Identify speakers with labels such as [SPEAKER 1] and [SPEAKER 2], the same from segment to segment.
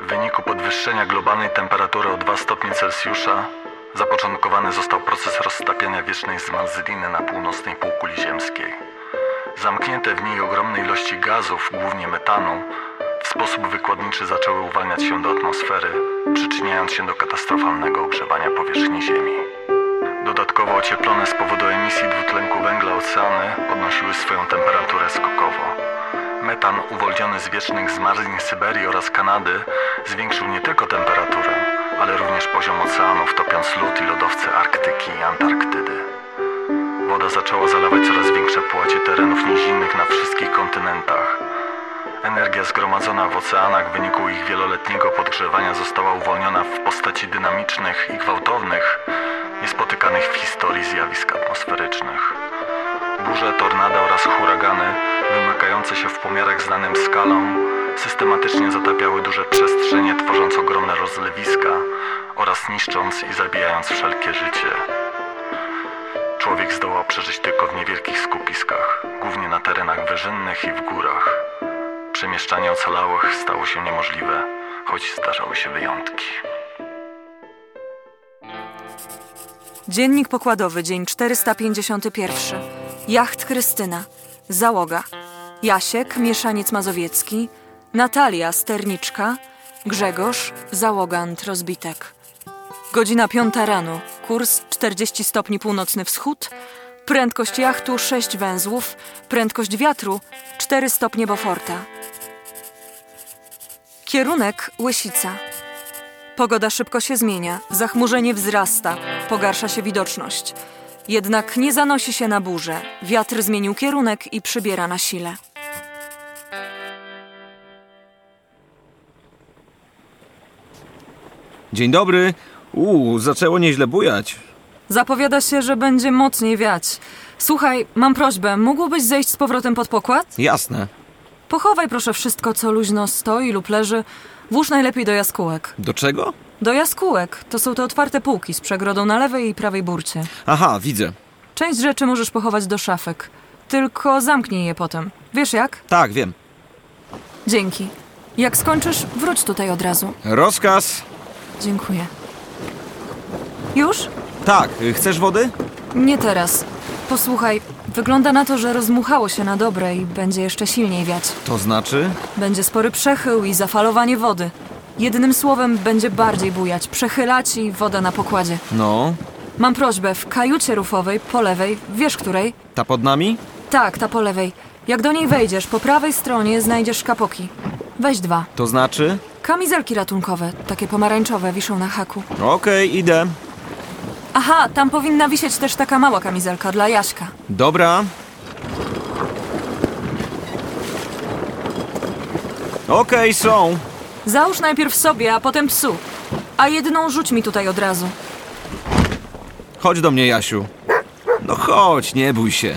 [SPEAKER 1] W wyniku podwyższenia globalnej temperatury o 2 stopnie Celsjusza zapoczątkowany został proces roztapiania wiecznej zmarzliny na północnej półkuli ziemskiej. Zamknięte w niej ogromne ilości gazów, głównie metanu, w sposób wykładniczy zaczęły uwalniać się do atmosfery, przyczyniając się do katastrofalnego ogrzewania powierzchni Ziemi. Dodatkowo ocieplone z powodu emisji dwutlenku węgla oceany podnosiły swoją temperaturę skokowo. Metan uwolniony z wiecznych zmarzlin Syberii oraz Kanady zwiększył nie tylko temperaturę, ale również poziom oceanów, topiąc lód i lodowce Arktyki i Antarktydy. Woda zaczęła zalewać coraz większe połacie terenów nizinnych na wszystkich kontynentach. Energia zgromadzona w oceanach w wyniku ich wieloletniego podgrzewania została uwolniona w postaci dynamicznych i gwałtownych, niespotykanych w historii zjawisk atmosferycznych. Burze, tornada oraz huragany, wymykające się w pomiarach znanym skalą, systematycznie zatapiały duże przestrzenie, tworząc ogromne rozlewiska oraz niszcząc i zabijając wszelkie życie. Człowiek zdołał przeżyć tylko w niewielkich skupiskach, głównie na terenach wyżynnych i w górach. Przemieszczanie ocalałych stało się niemożliwe, choć zdarzały się wyjątki.
[SPEAKER 2] Dziennik pokładowy, dzień 451. Jacht Krystyna. Załoga. Jasiek, mieszaniec mazowiecki. Natalia, sterniczka. Grzegorz, załogant, rozbitek. Godzina 5 rano. Kurs 40 stopni północny wschód. Prędkość jachtu 6 węzłów. Prędkość wiatru 4 stopnie Beauforta. Kierunek Łysica. Pogoda szybko się zmienia, zachmurzenie wzrasta, pogarsza się widoczność. Jednak nie zanosi się na burzę. Wiatr zmienił kierunek i przybiera na sile.
[SPEAKER 3] Dzień dobry. Uuu, zaczęło nieźle bujać.
[SPEAKER 2] Zapowiada się, że będzie mocniej wiać. Słuchaj, mam prośbę, mógłbyś zejść z powrotem pod pokład?
[SPEAKER 3] Jasne.
[SPEAKER 2] Pochowaj proszę wszystko, co luźno stoi lub leży. Włóż najlepiej do jaskółek.
[SPEAKER 3] Do czego?
[SPEAKER 2] Do jaskółek to są te otwarte półki z przegrodą na lewej i prawej burcie.
[SPEAKER 3] Aha, widzę.
[SPEAKER 2] Część rzeczy możesz pochować do szafek, tylko zamknij je potem. Wiesz jak?
[SPEAKER 3] Tak, wiem.
[SPEAKER 2] Dzięki. Jak skończysz, wróć tutaj od razu.
[SPEAKER 3] Rozkaz.
[SPEAKER 2] Dziękuję. Już?
[SPEAKER 3] Tak, y, chcesz wody?
[SPEAKER 2] Nie teraz. Posłuchaj, wygląda na to, że rozmuchało się na dobre i będzie jeszcze silniej wiać.
[SPEAKER 3] To znaczy?
[SPEAKER 2] Będzie spory przechył i zafalowanie wody. Jednym słowem, będzie bardziej bujać, przechylać i woda na pokładzie.
[SPEAKER 3] No.
[SPEAKER 2] Mam prośbę, w kajucie rufowej, po lewej, wiesz której?
[SPEAKER 3] Ta pod nami?
[SPEAKER 2] Tak, ta po lewej. Jak do niej wejdziesz, po prawej stronie znajdziesz kapoki. Weź dwa.
[SPEAKER 3] To znaczy?
[SPEAKER 2] Kamizelki ratunkowe, takie pomarańczowe, wiszą na haku.
[SPEAKER 3] Okej, idę.
[SPEAKER 2] Aha, tam powinna wisieć też taka mała kamizelka dla Jaśka.
[SPEAKER 3] Dobra. Okej, są.
[SPEAKER 2] Załóż najpierw sobie, a potem psu. A jedną rzuć mi tutaj od razu.
[SPEAKER 3] Chodź do mnie, Jasiu. No chodź, nie bój się.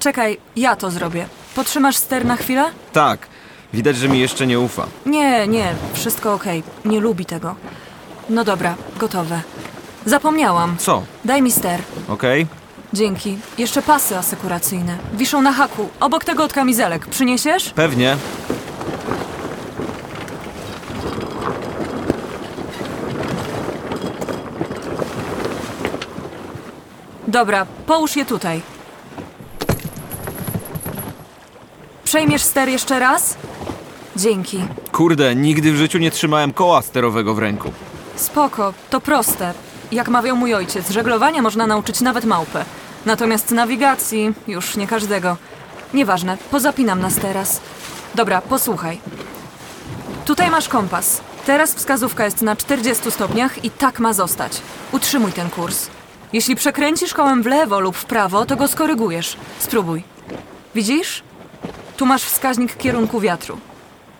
[SPEAKER 2] Czekaj, ja to zrobię. Potrzymasz ster na chwilę?
[SPEAKER 3] Tak, widać, że mi jeszcze nie ufa.
[SPEAKER 2] Nie, nie, wszystko okej. Nie lubi tego. No dobra, gotowe. Zapomniałam.
[SPEAKER 3] Co?
[SPEAKER 2] Daj mi ster.
[SPEAKER 3] Okej.
[SPEAKER 2] Dzięki. Jeszcze pasy asekuracyjne. Wiszą na haku, obok tego od kamizelek. Przyniesiesz?
[SPEAKER 3] Pewnie.
[SPEAKER 2] Dobra, połóż je tutaj. Przejmiesz ster jeszcze raz? Dzięki.
[SPEAKER 3] Kurde, nigdy w życiu nie trzymałem koła sterowego w ręku.
[SPEAKER 2] Spoko, to proste. Jak mawiał mój ojciec, żeglowania można nauczyć nawet małpę. Natomiast nawigacji już nie każdego. Nieważne, pozapinam nas teraz. Dobra, posłuchaj. Tutaj masz kompas. Teraz wskazówka jest na 40 stopniach i tak ma zostać. Utrzymuj ten kurs. Jeśli przekręcisz kołem w lewo lub w prawo, to go skorygujesz. Spróbuj. Widzisz? Tu masz wskaźnik kierunku wiatru.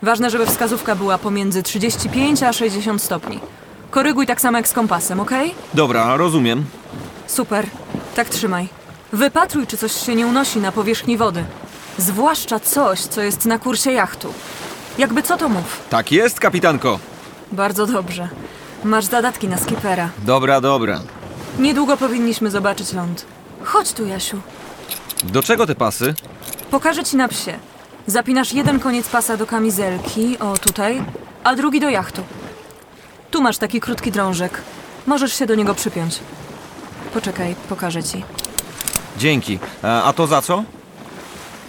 [SPEAKER 2] Ważne, żeby wskazówka była pomiędzy 35 a 60 stopni. Koryguj tak samo jak z kompasem, ok?
[SPEAKER 3] Dobra, rozumiem.
[SPEAKER 2] Super. Tak trzymaj. Wypatruj, czy coś się nie unosi na powierzchni wody. Zwłaszcza coś, co jest na kursie jachtu. Jakby co to mów?
[SPEAKER 3] Tak jest, kapitanko.
[SPEAKER 2] Bardzo dobrze. Masz zadatki na skipera.
[SPEAKER 3] Dobra, dobra.
[SPEAKER 2] Niedługo powinniśmy zobaczyć ląd. Chodź tu, Jasiu.
[SPEAKER 3] Do czego te pasy?
[SPEAKER 2] Pokażę ci na psie. Zapinasz jeden koniec pasa do kamizelki, o tutaj, a drugi do jachtu. Tu masz taki krótki drążek. Możesz się do niego przypiąć. Poczekaj, pokażę ci.
[SPEAKER 3] Dzięki. E, A to za co?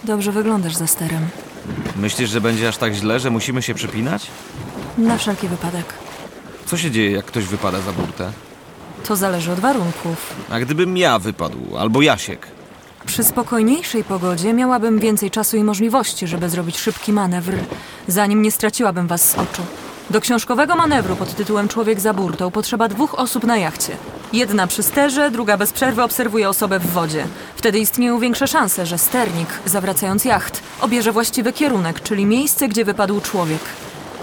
[SPEAKER 2] Dobrze wyglądasz za sterem.
[SPEAKER 3] Myślisz, że będzie aż tak źle, że musimy się przypinać?
[SPEAKER 2] Na wszelki wypadek.
[SPEAKER 3] Co się dzieje, jak ktoś wypada za burtę?
[SPEAKER 2] To zależy od warunków.
[SPEAKER 3] A gdybym ja wypadł, albo Jasiek?
[SPEAKER 2] Przy spokojniejszej pogodzie miałabym więcej czasu i możliwości, żeby zrobić szybki manewr, zanim nie straciłabym was z oczu. Do książkowego manewru pod tytułem Człowiek za burtą potrzeba dwóch osób na jachcie. Jedna przy sterze, druga bez przerwy obserwuje osobę w wodzie. Wtedy istnieją większe szanse, że sternik, zawracając jacht, obierze właściwy kierunek, czyli miejsce, gdzie wypadł człowiek.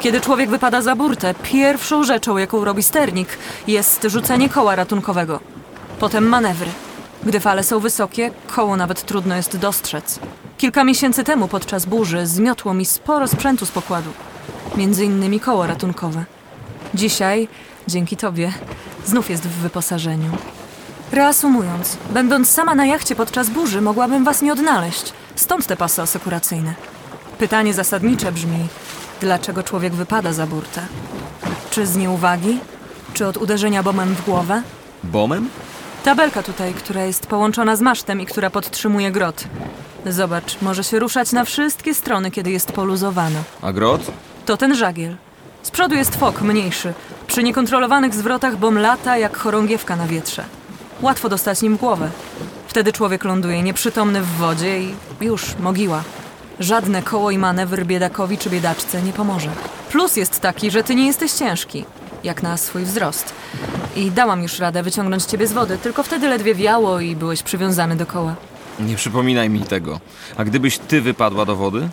[SPEAKER 2] Kiedy człowiek wypada za burtę, pierwszą rzeczą, jaką robi sternik, jest rzucenie koła ratunkowego. Potem manewry. Gdy fale są wysokie, koło nawet trudno jest dostrzec. Kilka miesięcy temu podczas burzy zmiotło mi sporo sprzętu z pokładu, między innymi koło ratunkowe. Dzisiaj, dzięki tobie, znów jest w wyposażeniu. Reasumując, będąc sama na jachcie podczas burzy, mogłabym was nie odnaleźć. Stąd te pasy asekuracyjne. Pytanie zasadnicze brzmi: dlaczego człowiek wypada za burtę? Czy z nieuwagi? Czy od uderzenia bomem w głowę?
[SPEAKER 3] Bomem?
[SPEAKER 2] Tabelka tutaj, która jest połączona z masztem i która podtrzymuje grot. Zobacz, może się ruszać na wszystkie strony, kiedy jest poluzowano.
[SPEAKER 3] A grot?
[SPEAKER 2] To ten żagiel. Z przodu jest fok mniejszy. Przy niekontrolowanych zwrotach bom lata jak chorągiewka na wietrze. Łatwo dostać nim w głowę. Wtedy człowiek ląduje nieprzytomny w wodzie i już mogiła. Żadne koło i manewr biedakowi czy biedaczce nie pomoże. Plus jest taki, że ty nie jesteś ciężki, jak na swój wzrost. I dałam już radę wyciągnąć ciebie z wody, tylko wtedy ledwie wiało i byłeś przywiązany do koła.
[SPEAKER 3] Nie przypominaj mi tego. A gdybyś ty wypadła do wody?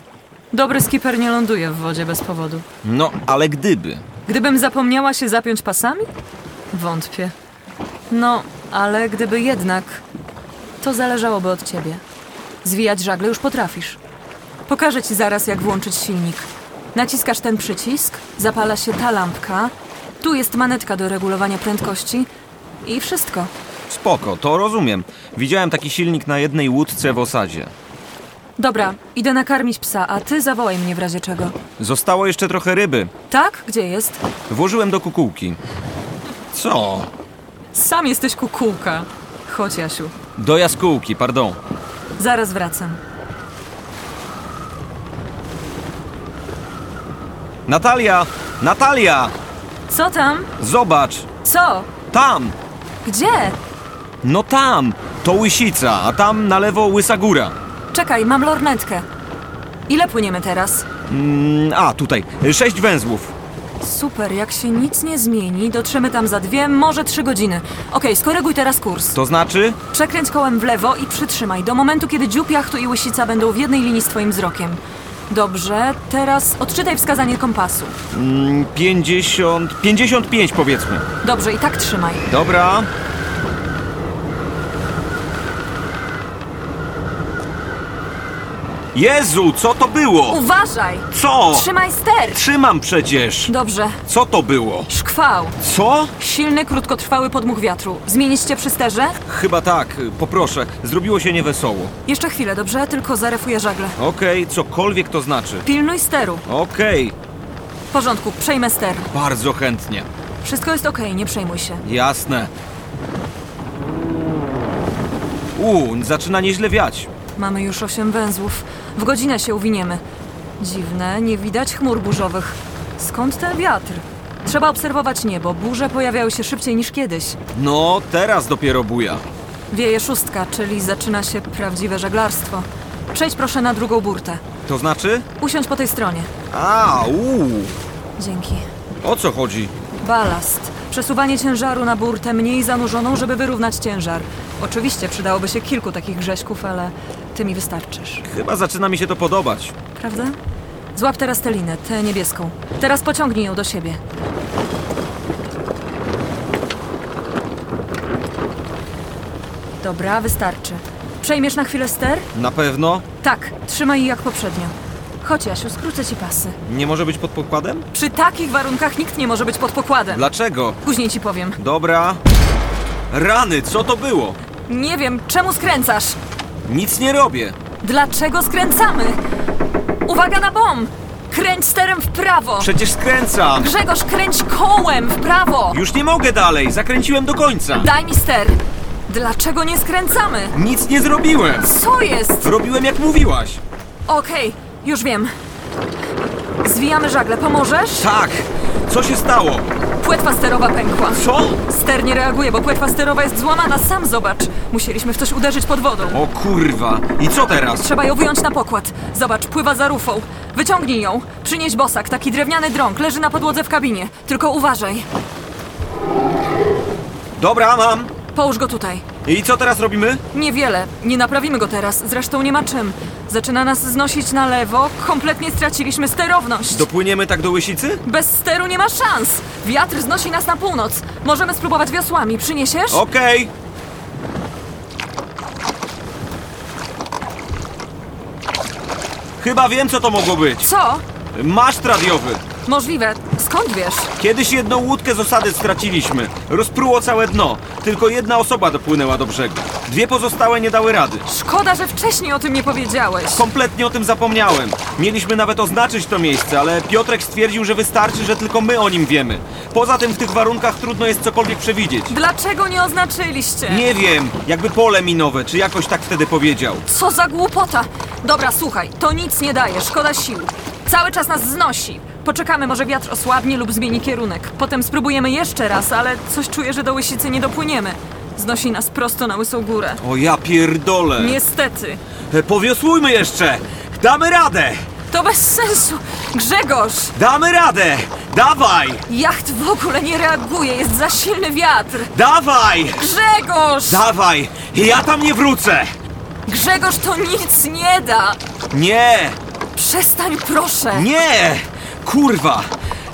[SPEAKER 2] Dobry skiper nie ląduje w wodzie bez powodu.
[SPEAKER 3] No, ale gdyby.
[SPEAKER 2] Gdybym zapomniała się zapiąć pasami? Wątpię. No, ale gdyby jednak, to zależałoby od ciebie. Zwijać żagle już potrafisz. Pokażę ci zaraz, jak włączyć silnik. Naciskasz ten przycisk, zapala się ta lampka, tu jest manetka do regulowania prędkości i wszystko.
[SPEAKER 3] Spoko, to rozumiem. Widziałem taki silnik na jednej łódce w osadzie.
[SPEAKER 2] Dobra, idę nakarmić psa, a ty zawołaj mnie w razie czego.
[SPEAKER 3] Zostało jeszcze trochę ryby.
[SPEAKER 2] Tak? Gdzie jest?
[SPEAKER 3] Włożyłem do kukułki. Co?
[SPEAKER 2] Sam jesteś kukułka. Chodź, Jasiu.
[SPEAKER 3] Do jaskółki, pardon.
[SPEAKER 2] Zaraz wracam.
[SPEAKER 3] Natalia! Natalia!
[SPEAKER 2] Co tam?
[SPEAKER 3] Zobacz!
[SPEAKER 2] Co?
[SPEAKER 3] Tam!
[SPEAKER 2] Gdzie?
[SPEAKER 3] No tam! To Łysica, a tam na lewo Łysa Góra.
[SPEAKER 2] Czekaj, mam lornetkę. Ile płyniemy teraz?
[SPEAKER 3] Mm, a, tutaj. Sześć węzłów.
[SPEAKER 2] Super, jak się nic nie zmieni, dotrzemy tam za dwie, może trzy godziny. Okej, skoryguj teraz kurs.
[SPEAKER 3] To znaczy?
[SPEAKER 2] Przekręć kołem w lewo i przytrzymaj do momentu, kiedy dziób jachtu i łysica będą w jednej linii z twoim wzrokiem. Dobrze, teraz odczytaj wskazanie kompasu.
[SPEAKER 3] Mm, 50... 55 powiedzmy.
[SPEAKER 2] Dobrze, i tak trzymaj.
[SPEAKER 3] Dobra. Jezu, co to było?
[SPEAKER 2] Uważaj!
[SPEAKER 3] Co?
[SPEAKER 2] Trzymaj ster!
[SPEAKER 3] Trzymam przecież.
[SPEAKER 2] Dobrze.
[SPEAKER 3] Co to było?
[SPEAKER 2] Szkwał.
[SPEAKER 3] Co?
[SPEAKER 2] Silny, krótkotrwały podmuch wiatru. Zmienić cię przy sterze?
[SPEAKER 3] Chyba tak, poproszę. Zrobiło się niewesoło.
[SPEAKER 2] Jeszcze chwilę, dobrze? Tylko zarefuję żagle.
[SPEAKER 3] Okej, cokolwiek to znaczy.
[SPEAKER 2] Pilnuj steru.
[SPEAKER 3] Okej,
[SPEAKER 2] W porządku, przejmę ster.
[SPEAKER 3] bardzo chętnie.
[SPEAKER 2] Wszystko jest okej, nie przejmuj się.
[SPEAKER 3] Jasne. U, zaczyna nieźle wiać.
[SPEAKER 2] Mamy już osiem węzłów. W godzinę się uwiniemy. Dziwne, nie widać chmur burzowych. Skąd ten wiatr? Trzeba obserwować niebo. Burze pojawiały się szybciej niż kiedyś.
[SPEAKER 3] No, teraz dopiero buja.
[SPEAKER 2] Wieje szóstka, czyli zaczyna się prawdziwe żeglarstwo. Przejdź proszę na drugą burtę.
[SPEAKER 3] To znaczy?
[SPEAKER 2] Usiądź po tej stronie.
[SPEAKER 3] A, u,
[SPEAKER 2] Dzięki.
[SPEAKER 3] o co chodzi?
[SPEAKER 2] Balast. Przesuwanie ciężaru na burtę mniej zanurzoną, żeby wyrównać ciężar. Oczywiście przydałoby się kilku takich grześków, ale ty mi wystarczysz.
[SPEAKER 3] Chyba zaczyna mi się to podobać.
[SPEAKER 2] Prawda? Złap teraz tę linę, tę niebieską. Teraz pociągnij ją do siebie. Dobra, wystarczy. Przejmiesz na chwilę ster?
[SPEAKER 3] Na pewno
[SPEAKER 2] Tak, trzymaj jej jak poprzednio. Chodź, Jasiu, skrócę ci pasy.
[SPEAKER 3] nie może być pod pokładem?
[SPEAKER 2] Przy takich warunkach nikt nie może być pod pokładem.
[SPEAKER 3] Dlaczego?
[SPEAKER 2] Później ci powiem.
[SPEAKER 3] Dobra. Rany, co to było?
[SPEAKER 2] Nie wiem, czemu skręcasz?
[SPEAKER 3] Nic nie robię.
[SPEAKER 2] Dlaczego skręcamy? Uwaga na bomb! Kręć sterem w prawo!
[SPEAKER 3] Przecież skręcam!
[SPEAKER 2] Grzegorz, kręć kołem w prawo!
[SPEAKER 3] Już nie mogę dalej, zakręciłem do końca!
[SPEAKER 2] Daj mi ster! Dlaczego nie skręcamy?
[SPEAKER 3] Nic nie zrobiłem!
[SPEAKER 2] Co jest?
[SPEAKER 3] Zrobiłem jak mówiłaś!
[SPEAKER 2] Okej, już wiem. Zwijamy żagle, pomożesz?
[SPEAKER 3] Tak! Co się stało?
[SPEAKER 2] Płetwa sterowa pękła.
[SPEAKER 3] Co?
[SPEAKER 2] Ster nie reaguje, bo płetwa sterowa jest złamana, sam zobacz. Musieliśmy w coś uderzyć pod wodą.
[SPEAKER 3] O kurwa! I co teraz?
[SPEAKER 2] Trzeba ją wyjąć na pokład. Zobacz, pływa za rufą. Wyciągnij ją. Przynieś bosak, taki drewniany drąg, leży na podłodze w kabinie. Tylko uważaj.
[SPEAKER 3] Dobra, mam!
[SPEAKER 2] Połóż go tutaj.
[SPEAKER 3] I co teraz robimy?
[SPEAKER 2] Niewiele. Nie naprawimy go teraz. Zresztą nie ma czym. Zaczyna nas znosić na lewo. Kompletnie straciliśmy sterowność.
[SPEAKER 3] Dopłyniemy tak do Łysicy?
[SPEAKER 2] Bez steru nie ma szans. Wiatr znosi nas na północ. Możemy spróbować wiosłami. Przyniesiesz?
[SPEAKER 3] Okej! Chyba wiem, co to mogło być.
[SPEAKER 2] Co?
[SPEAKER 3] Maszt radiowy.
[SPEAKER 2] Możliwe. Skąd wiesz?
[SPEAKER 3] Kiedyś jedną łódkę z osady straciliśmy. Rozpruło całe dno. Tylko jedna osoba dopłynęła do brzegu. Dwie pozostałe nie dały rady.
[SPEAKER 2] Szkoda, że wcześniej o tym nie powiedziałeś.
[SPEAKER 3] Kompletnie o tym zapomniałem. Mieliśmy nawet oznaczyć to miejsce, ale Piotrek stwierdził, że wystarczy, że tylko my o nim wiemy. Poza tym w tych warunkach trudno jest cokolwiek przewidzieć.
[SPEAKER 2] Dlaczego nie oznaczyliście?
[SPEAKER 3] Nie wiem, jakby pole minowe, czy jakoś tak wtedy powiedział.
[SPEAKER 2] Co za głupota! Dobra, słuchaj, to nic nie daje, szkoda sił. Cały czas nas znosi. Poczekamy, może wiatr osłabnie lub zmieni kierunek. Potem spróbujemy jeszcze raz, ale coś czuję, że do Łysicy nie dopłyniemy. Znosi nas prosto na Łysą Górę.
[SPEAKER 3] O ja pierdolę.
[SPEAKER 2] Niestety.
[SPEAKER 3] E, Powiosłujmy jeszcze! Damy radę!
[SPEAKER 2] To bez sensu! Grzegorz!
[SPEAKER 3] Damy radę! Dawaj!
[SPEAKER 2] Jacht w ogóle nie reaguje, jest za silny wiatr!
[SPEAKER 3] Dawaj!
[SPEAKER 2] Grzegorz!
[SPEAKER 3] Dawaj! Ja tam nie wrócę!
[SPEAKER 2] Grzegorz to nic nie da!
[SPEAKER 3] Nie!
[SPEAKER 2] Przestań, proszę!
[SPEAKER 3] Nie! Kurwa!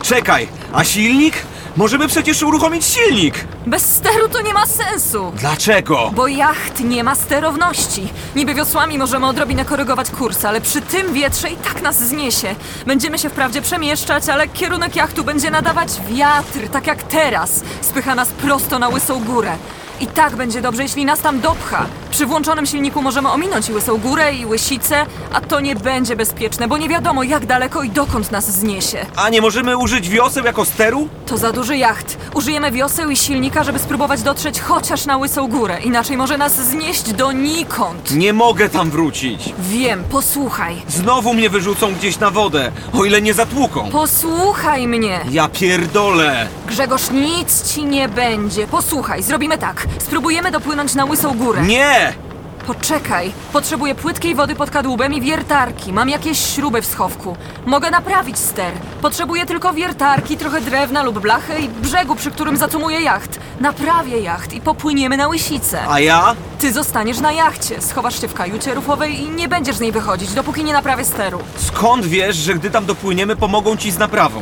[SPEAKER 3] Czekaj, a silnik? Możemy przecież uruchomić silnik!
[SPEAKER 2] Bez steru to nie ma sensu!
[SPEAKER 3] Dlaczego?
[SPEAKER 2] Bo jacht nie ma sterowności. Niby wiosłami możemy odrobinę korygować kurs, ale przy tym wietrze i tak nas zniesie. Będziemy się wprawdzie przemieszczać, ale kierunek jachtu będzie nadawać wiatr, tak jak teraz. Spycha nas prosto na łysą górę. I tak będzie dobrze, jeśli nas tam dopcha. Przy włączonym silniku możemy ominąć i łysą górę, i łysicę, a to nie będzie bezpieczne, bo nie wiadomo jak daleko i dokąd nas zniesie.
[SPEAKER 3] A nie możemy użyć wioseł jako steru?
[SPEAKER 2] To za duży jacht. Użyjemy wioseł i silnika, żeby spróbować dotrzeć chociaż na łysą górę. Inaczej może nas znieść donikąd.
[SPEAKER 3] Nie mogę tam wrócić!
[SPEAKER 2] Wiem, posłuchaj.
[SPEAKER 3] Znowu mnie wyrzucą gdzieś na wodę, o ile nie zatłuką!
[SPEAKER 2] Posłuchaj mnie.
[SPEAKER 3] Ja pierdolę!
[SPEAKER 2] Grzegorz, nic ci nie będzie. Posłuchaj, zrobimy tak. Spróbujemy dopłynąć na łysą górę.
[SPEAKER 3] Nie!
[SPEAKER 2] Poczekaj. Potrzebuję płytkiej wody pod kadłubem i wiertarki. Mam jakieś śruby w schowku. Mogę naprawić ster. Potrzebuję tylko wiertarki, trochę drewna lub blachy i brzegu, przy którym zacumuje jacht. Naprawię jacht i popłyniemy na łysicę.
[SPEAKER 3] A ja?
[SPEAKER 2] Ty zostaniesz na jachcie, schowasz się w kajucie rufowej i nie będziesz z niej wychodzić, dopóki nie naprawię steru.
[SPEAKER 3] Skąd wiesz, że gdy tam dopłyniemy, pomogą ci z naprawą?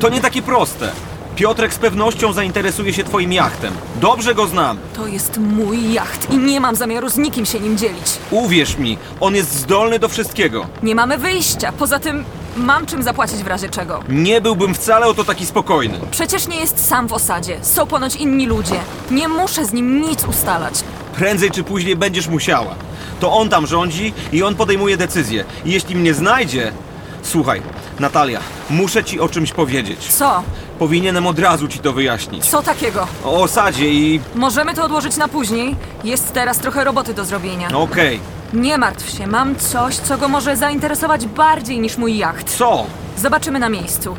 [SPEAKER 3] To nie takie proste. Piotrek z pewnością zainteresuje się twoim jachtem. Dobrze go znam.
[SPEAKER 2] To jest mój jacht i nie mam zamiaru z nikim się nim dzielić.
[SPEAKER 3] Uwierz mi, on jest zdolny do wszystkiego.
[SPEAKER 2] Nie mamy wyjścia, poza tym mam czym zapłacić w razie czego.
[SPEAKER 3] Nie byłbym wcale o to taki spokojny.
[SPEAKER 2] Przecież nie jest sam w osadzie, są ponoć inni ludzie. Nie muszę z nim nic ustalać.
[SPEAKER 3] Prędzej czy później będziesz musiała. To on tam rządzi i on podejmuje decyzje. I jeśli mnie znajdzie... Słuchaj, Natalia, muszę ci o czymś powiedzieć.
[SPEAKER 2] Co?
[SPEAKER 3] Powinienem od razu ci to wyjaśnić.
[SPEAKER 2] Co takiego?
[SPEAKER 3] O osadzie i...
[SPEAKER 2] Możemy to odłożyć na później. Jest teraz trochę roboty do zrobienia.
[SPEAKER 3] Okej,
[SPEAKER 2] Nie martw się, mam coś, co go może zainteresować bardziej niż mój jacht.
[SPEAKER 3] co?
[SPEAKER 2] Zobaczymy na miejscu.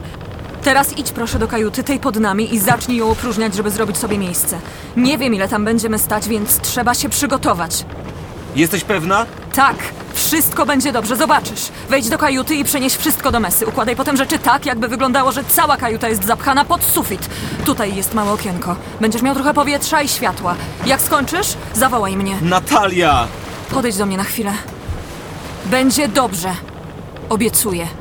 [SPEAKER 2] Teraz idź proszę do kajuty tej pod nami i zacznij ją opróżniać, żeby zrobić sobie miejsce. Nie wiem, ile tam będziemy stać, więc trzeba się przygotować.
[SPEAKER 3] Jesteś pewna?
[SPEAKER 2] Tak, wszystko będzie dobrze, zobaczysz. Wejdź do kajuty i przenieś wszystko do mesy. Układaj potem rzeczy tak, jakby wyglądało, że cała kajuta jest zapchana pod sufit. Tutaj jest małe okienko. Będziesz miał trochę powietrza i światła. Jak skończysz, zawołaj mnie.
[SPEAKER 3] Natalia!
[SPEAKER 2] Podejdź do mnie na chwilę. Będzie dobrze. Obiecuję.